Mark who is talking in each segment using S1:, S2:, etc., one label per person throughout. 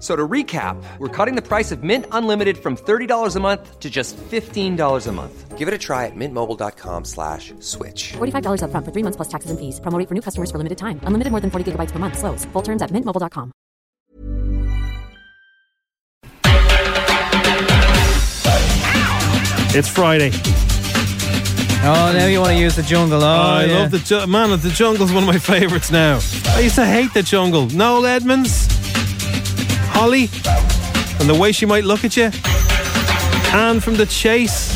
S1: So to recap, we're cutting the price of Mint Unlimited from $30 a month to just $15 a month. Give it a try at mintmobile.com slash switch.
S2: $45 up front for three months plus taxes and fees. Promo rate for new customers for limited time. Unlimited more than 40 gigabytes per month. Slows. Full terms at mintmobile.com.
S3: It's Friday.
S4: Oh, now you want to use the jungle. Oh,
S3: I
S4: yeah.
S3: love the ju- man. The jungle's one of my favorites now. I used to hate the jungle. Noel Edmonds, Holly, and the way she might look at you. Anne from the Chase.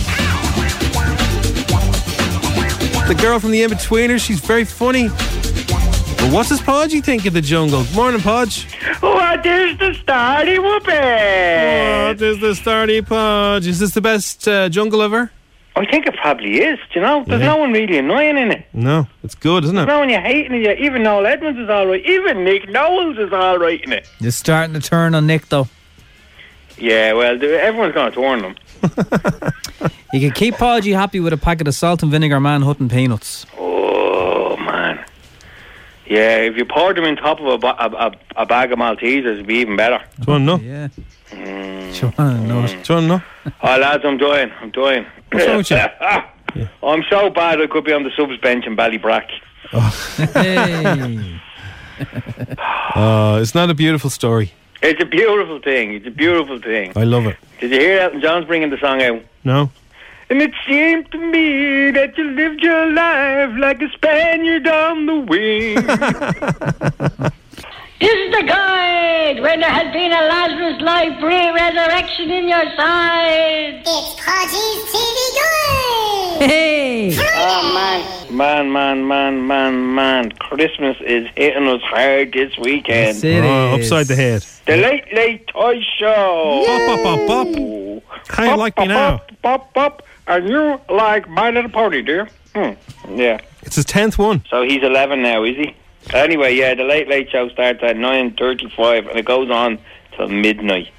S3: The girl from the In Betweeners. She's very funny. But what's does Podgy think of the jungle? Morning, Podge.
S5: What is the starting
S3: What
S5: weapon?
S3: is the starty Podge? Is this the best uh, jungle ever?
S5: I think it probably is, do you know? There's
S3: Yeah.
S5: no one really annoying in it.
S3: No, it's good, isn't it?
S5: No one you're hating in it. Even Noel Edmonds is all right. Even Nick Knowles is all right in it.
S4: You're starting to turn on Nick, though.
S5: Yeah, well, th- everyone's going to warn them.
S4: You can keep Podgy happy with a packet of salt and vinegar man hut and peanuts.
S5: Oh, man. Yeah, if you poured them on top of a, ba- a, a, a bag of Maltesers, it'd be even better.
S3: Do you want to know? Do
S4: Yeah. Sure, I know it.
S3: you want to know?
S5: Oh, lads, I'm dying. I'm dying.
S3: What's wrong with you?
S5: I'm so bad I could be on the subs bench in Ballybrack.
S4: Hey.
S3: Uh, it's not a beautiful story.
S5: It's a beautiful thing. It's a beautiful thing.
S3: I love it.
S5: Did you hear Elton John's bringing the song out?
S3: No?
S5: And it seemed to me that you lived your life like a Spaniard on the wing.
S6: This is the guide where there has been a Lazarus life pre-resurrection in your side.
S7: It's Podgy's TV Guide!
S4: hey.
S5: oh, man. Man, man, man, man, man. Christmas is hitting us hard this weekend.
S4: Yes, it
S3: Oh,
S4: is.
S3: upside the head.
S5: The Late Late Toy Show.
S3: Bop, bop, bop, bop. How you like me now?
S5: Bop, bop, bop. And you like My Little Pony, do you? Hmm. Yeah.
S3: It's his 10th one.
S5: So he's 11 now, is he? Anyway, yeah, the Late Late Show starts at 9.35 and it goes on till midnight.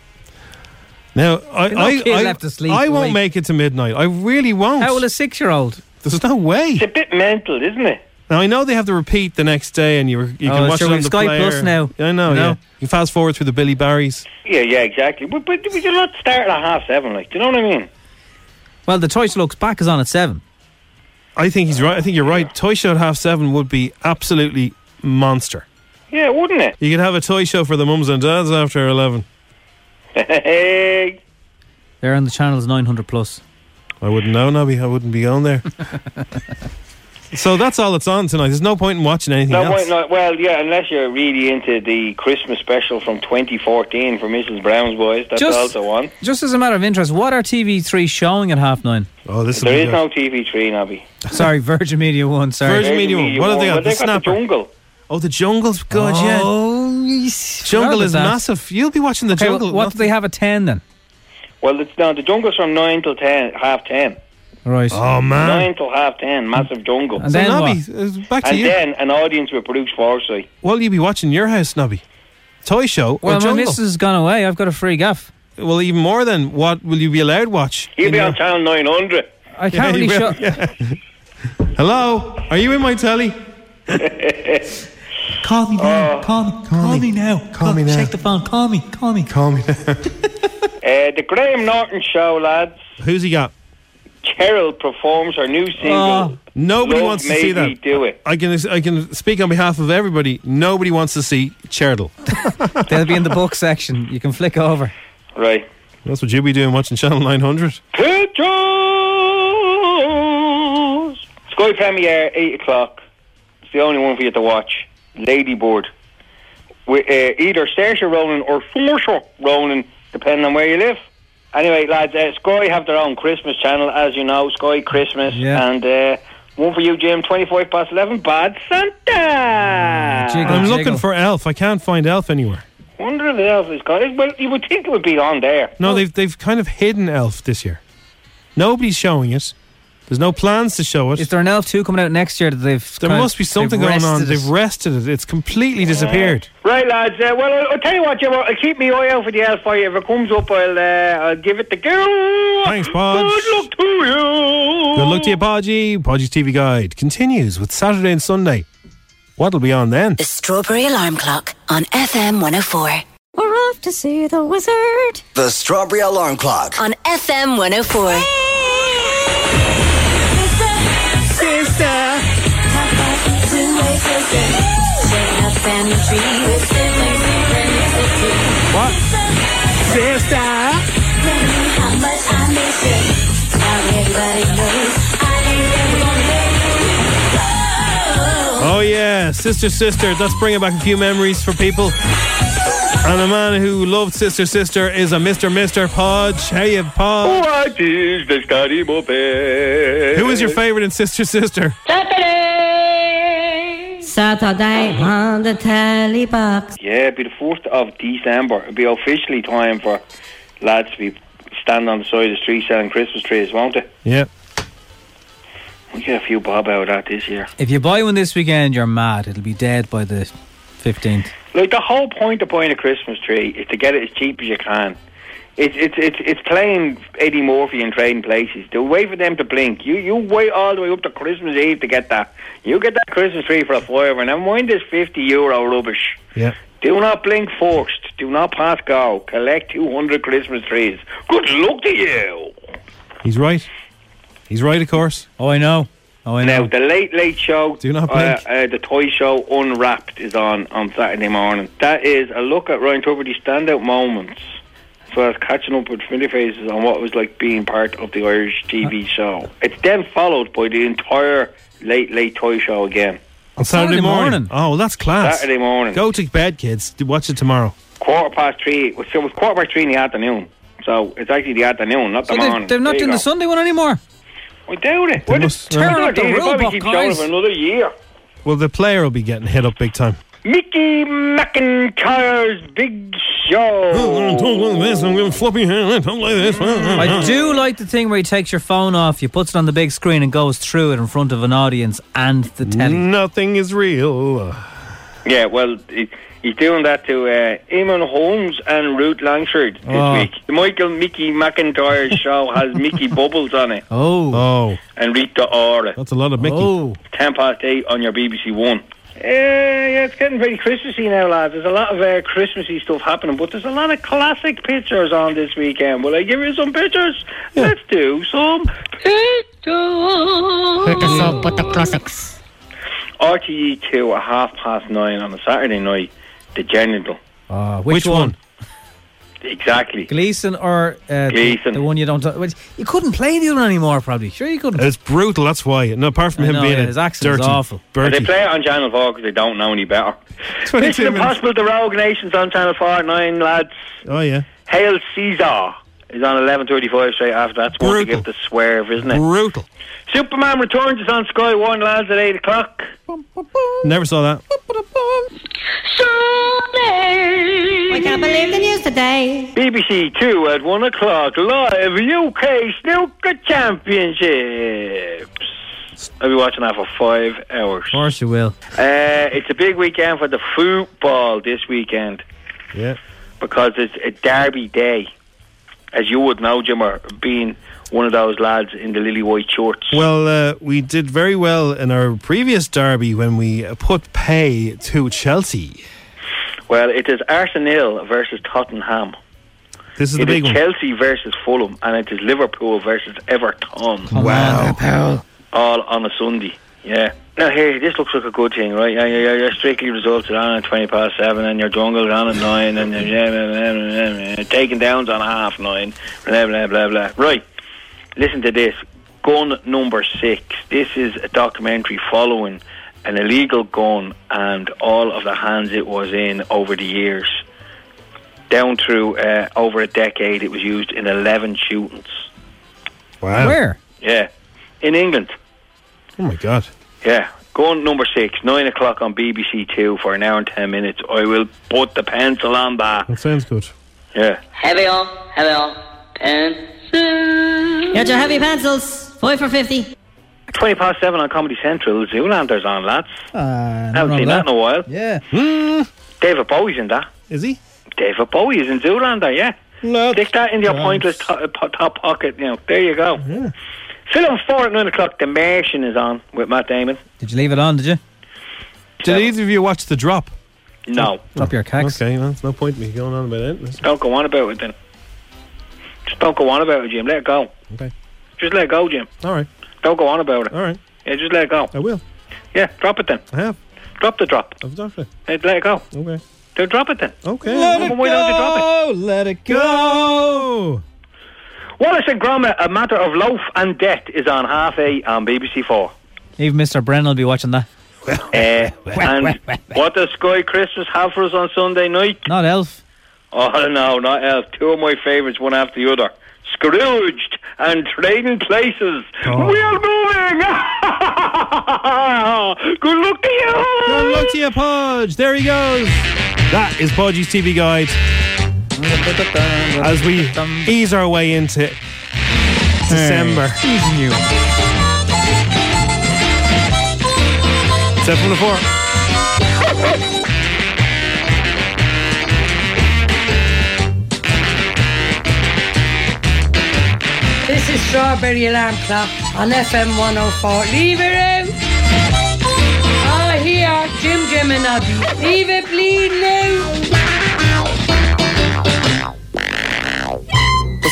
S3: Now, I,
S4: no
S3: I,
S4: kid
S3: I,
S4: left to sleep
S3: I
S4: for
S3: won't
S4: me.
S3: make it to midnight. I really won't.
S4: How will a six year old?
S3: There's no way.
S5: It's a bit mental, isn't it?
S3: Now, I know they have the repeat the next day and you, you can
S4: Oh,
S3: watch
S4: sure,
S3: it on
S4: we've
S3: the
S4: Sky
S3: player.
S4: Plus now.
S3: I know,
S4: You know?
S3: yeah. You fast forward through the Billy Barrys.
S5: Yeah, yeah, exactly. But, but we do not start at half seven, like, do you know what I mean?
S4: Well, the choice looks back is on at seven.
S3: I think he's right. I think you're right. Toy Show at half seven would be absolutely monster.
S5: Yeah, wouldn't it?
S3: You could have a toy show for the mums and dads after 11.
S5: Hey,
S4: They're on the channels 900 plus.
S3: I wouldn't know, Nobby. I wouldn't be going there. so that's all that's on tonight. There's no point in watching anything
S5: no,
S3: else.
S5: wait, no, well, yeah, unless you're really into the Christmas special from 2014 for Mrs. Brown's Boys, that's
S4: Just-
S5: also on.
S4: Just as a matter of interest, what are TV3 showing at half nine?
S3: Oh, this
S5: There
S3: will be
S5: is
S3: good.
S5: no TV3, Nobby.
S4: Sorry, Virgin Media 1. Sorry.
S3: Virgin- Media One. What have they got?
S5: But
S3: The
S5: they got the
S3: Snapper.
S5: jungle.
S3: Oh, the jungle's good, yeah.
S4: Oh, yes.
S3: Jungle
S4: Forgot
S3: is
S4: about that.
S3: massive. You'll be watching the
S4: Okay,
S3: jungle.
S4: well, what do they have at 10 then?
S5: Well, it's no, the jungle's from 9 till 10, half 10.
S4: Right.
S3: Oh man.
S5: 9 till half 10, massive jungle.
S4: And
S5: And,
S3: So,
S4: Then
S3: Nobby, uh, back to you.
S5: then an audience with Bruce Forsyth.
S3: What'll you be watching in your house, Nobby? Toy show or
S4: well, my
S3: jungle?
S4: missus has gone away. I've got a free gaff.
S3: Well, even more than what will you be allowed to watch?
S5: He'll
S3: in
S5: be
S3: your-
S5: on Channel 900.
S4: I
S3: Yeah,
S4: can't
S3: you
S4: really
S3: will,
S4: show.
S3: yeah. Hello, are you in my telly?
S8: Call me
S5: Uh,
S8: now. Call me. Call, me. now. Call
S3: me now.
S8: Check the phone. Call me. Call me.
S3: Call me.
S5: Uh, the Graham Norton Show, lads.
S3: Who's he got?
S5: Carol performs her new single.
S4: Oh,
S3: Nobody
S5: Love
S3: wants to
S5: Made
S3: see
S5: Me
S3: that.
S5: Do it.
S3: I can I can speak on behalf of everybody. Nobody wants to see Cherdle.
S4: They'll be in the book section. You can flick over.
S5: Right.
S3: That's what you'll be doing watching Channel 900.
S5: Pictures. Sky premiere eight o'clock. It's the only one for you to watch. Ladybird. With uh, either Saoirse Ronan or Saoirse Ronan depending on where you live. Anyway, lads, uh, Sky have their own Christmas channel, as you know, Sky Christmas.
S4: Yeah.
S5: And uh, one for you, Jim, 25 past 11, Bad Santa!
S4: Jiggle,
S3: I'm
S4: jiggle.
S3: looking for Elf. I can't find Elf anywhere.
S5: Wonder if the elf is gone. Well, you would think it would be on there.
S3: No, they've they've kind of hidden Elf this year. Nobody's showing it. There's no plans to show it.
S4: Is there an Elf 2 coming out next year that they've.
S3: there
S4: kind of-
S3: must be something
S4: they've
S3: going on.
S4: rested it?
S3: They've rested it. It's completely disappeared.
S5: Right, lads. Uh, well, I'll, I'll tell you what, Jim. I'll I'll keep my eye out for the elf for you. If it comes up, I'll, uh, I'll give it the go.
S3: Thanks, Podge.
S5: Good luck to you.
S3: Good luck to you, Podgy. Podgy's TV Guide continues with Saturday and Sunday. What'll be on then?
S9: The Strawberry Alarm Clock on FM 104.
S2: We're off to see the wizard.
S10: The Strawberry Alarm Clock.
S9: On FM 104.
S3: What? Sister! Oh, yeah. Sister, sister. That's bringing back a few memories for people. And a man who loved Sister, sister is a Mr. Mr. Podge. Hey, you, Podge.
S5: What is this terrible pain?
S3: Who is your favourite in Sister, sister?
S6: Saturday.
S11: Saturday on the telly box.
S5: Yeah, it'd be the 4th of December. It'd be officially time for lads to be standing on the side of the street selling Christmas trees, won't it?
S3: Yeah.
S5: We'll get a few bob out of that this year.
S4: If you buy one this weekend, you're mad. It'll be dead by the 15th.
S5: Like the whole point of buying a Christmas tree is to get it as cheap as you can. It's it's it's it's playing Eddie Murphy in trading places. The wait for them to blink. You you wait all the way up to Christmas Eve to get that. You get that Christmas tree for a fiver. Never mind this fifty euro rubbish.
S3: Yeah.
S5: Do not blink forced. Do not pass go. Collect two hundred Christmas trees. Good luck to you.
S3: He's right. He's right, of course.
S4: Oh, I know. Oh, I
S5: Now
S4: know.
S5: the late late show,
S3: Do not
S5: uh,
S3: blink.
S5: uh, the toy show Unwrapped is on on Saturday morning. That is a look at Ryan Tuberty's standout moments, as well as catching up with familiar faces on what it was like being part of the Irish TV show. It's then followed by the entire late late toy show again.
S3: On Saturday,
S4: Saturday
S3: morning.
S4: morning.
S3: Oh, well, that's class.
S5: Saturday morning,
S3: Go to bed, kids. Watch it tomorrow.
S5: quarter past three. So it was quarter past three in the afternoon. So it's actually the afternoon, not
S4: So
S5: the
S4: they,
S5: morning.
S4: they're not
S5: There you
S4: doing the
S5: go.
S4: Sunday one anymore.
S5: I doubt it.
S3: They
S5: Well,
S3: must-
S5: they're
S4: Tear
S5: not
S4: up the
S5: doing it. They'll probably
S4: rule
S5: keep
S4: book,
S5: showing it
S4: guys.
S5: for another year.
S3: Well, the player will be getting hit up big time.
S5: Mickey McIntyre's Big Show.
S3: I'm going to floppy hair. I don't like this. Mm-hmm.
S4: I do like the thing where he takes your phone off, you puts it on the big screen, and goes through it in front of an audience and the telly.
S3: Nothing is real.
S5: Yeah, well, he, he's doing that to uh, Eamon Holmes and Ruth Langford this
S4: Oh.
S5: week. The Michael Mickey McIntyre show has Mickey Bubbles on it
S4: Oh,
S3: Oh,
S5: and Rita Ora.
S3: that's a lot of Mickey.
S4: oh,
S5: 10 past 8 on your BBC One. Uh, yeah, it's getting very Christmassy now, lads. There's a lot of uh, Christmassy stuff happening, but there's a lot of classic pictures on this weekend. Will I give you some pictures? Let's do some pictures.
S11: Pick us up with the classics.
S5: RTE 2 E at half past 9 on a Saturday night, The Genital.
S4: Ah, which, one?
S5: Exactly.
S4: Gleason or uh, the-
S5: Gleeson.
S4: The, one you don't. Which, you couldn't play the other one anymore, probably. Sure, you couldn't.
S3: It's brutal. That's why. No, apart from
S4: I
S3: him
S4: know,
S3: being
S4: yeah,
S3: a
S4: his accent is
S3: dirty,
S4: awful.
S5: But they
S3: Bertie.
S5: play it on Channel 4 because they don't know any better.
S3: 22
S5: Mission
S3: minutes.
S5: Impossible, The Rogue Nation's on Channel 4 at 9, lads.
S3: Oh yeah,
S5: Hail Caesar is on 11.35 straight after that. It's going to
S3: Brutal.
S5: give the swerve, isn't it?
S3: brutal.
S5: Superman Returns is on Sky 1, lads, at 8 o'clock.
S3: Never saw that.
S11: We
S6: Sunday.
S11: can't believe the news today.
S5: BBC 2 at 1 o'clock, live UK Snooker Championships. I'll be watching that for five hours.
S4: Of course you will.
S5: Uh, it's a big weekend for the football this weekend.
S3: Yeah.
S5: because it's a derby day, as you would know, Jimmer, being one of those lads in the lily white shorts.
S3: Well, uh, we did very well in our previous derby when we uh, put pay to Chelsea.
S5: Well, it is Arsenal versus Tottenham.
S3: This is the
S5: It is
S3: big one.
S5: Chelsea versus Fulham, and it is Liverpool versus Everton,
S4: Oh,
S3: Wow.
S5: all on a Sunday. Yeah. Now, here, this looks like a good thing, right? Yeah, yeah, yeah, Your strictly results are on at 20 past 7, and your jungle are on at 9, and your yeah, blah, blah, blah, blah, blah, taking downs on half 9, blah, blah, blah, blah. Right. Listen to this. Gun number six. This is a documentary following an illegal gun and all of the hands it was in over the years. down through uh, over a decade, it was used in 11 shootings.
S3: Wow.
S4: Where?
S5: Yeah. In England.
S3: Oh my God.
S5: Yeah. Go on number six, nine o'clock on BBC Two for an hour and ten minutes. I will put the pencil on that.
S3: That sounds good.
S5: Yeah.
S11: Heavy on, heavy on, pencils. Get your heavy pencils. Five for 50.
S5: 20 past seven on Comedy Central, Zoolander's on, lads.
S4: Uh,
S5: Haven't seen that in a while.
S4: Yeah.
S5: David Bowie's in that.
S3: Is he?
S5: David Bowie is in Zoolander, yeah. Stick that in your pointless to- uh, po- top pocket. You know, there you go. Film four at nine o'clock. The Martian is on with Matt Damon.
S4: Did you leave it on, did you?
S3: Did either of you watch The Drop?
S5: No.
S4: Drop your cacks.
S3: Okay, well, there's no point in me going on about it.
S5: Don't go on about it then. Just don't go on about it, Jim. Let it go.
S3: Okay.
S5: Just let it go, Jim.
S3: All right.
S5: Don't go on about it.
S3: All right.
S5: Yeah, just let it go.
S3: I will.
S5: Yeah, drop it then.
S3: I have.
S5: Drop the drop.
S3: I've done it.
S5: Hey, Let it go.
S3: Okay.
S5: Don't drop it then.
S3: Okay.
S5: Let it Why don't you drop it?
S4: Let it go.
S5: Wallace and Gromit, A Matter of Loaf and Debt is on half eight on BBC Four.
S4: Even Mr. Brennan will be watching that.
S5: Eh, and what does Sky Christmas have for us on Sunday night?
S4: Not Elf.
S5: Oh no, not Elf. Two of my favourites, one after the other. Scrooged and Trading Places.
S3: Oh.
S5: We are moving. Good luck to you.
S3: Good luck to you, Podge. There he goes. That is Podge's TV guide. As we ease our way into December.
S4: Easing you.
S3: Except from the four.
S11: This is Strawberry Alarm Clock on FM 104. Leave it in. Oh, here, Jim Jim and Abby. Leave it bleed now.
S9: The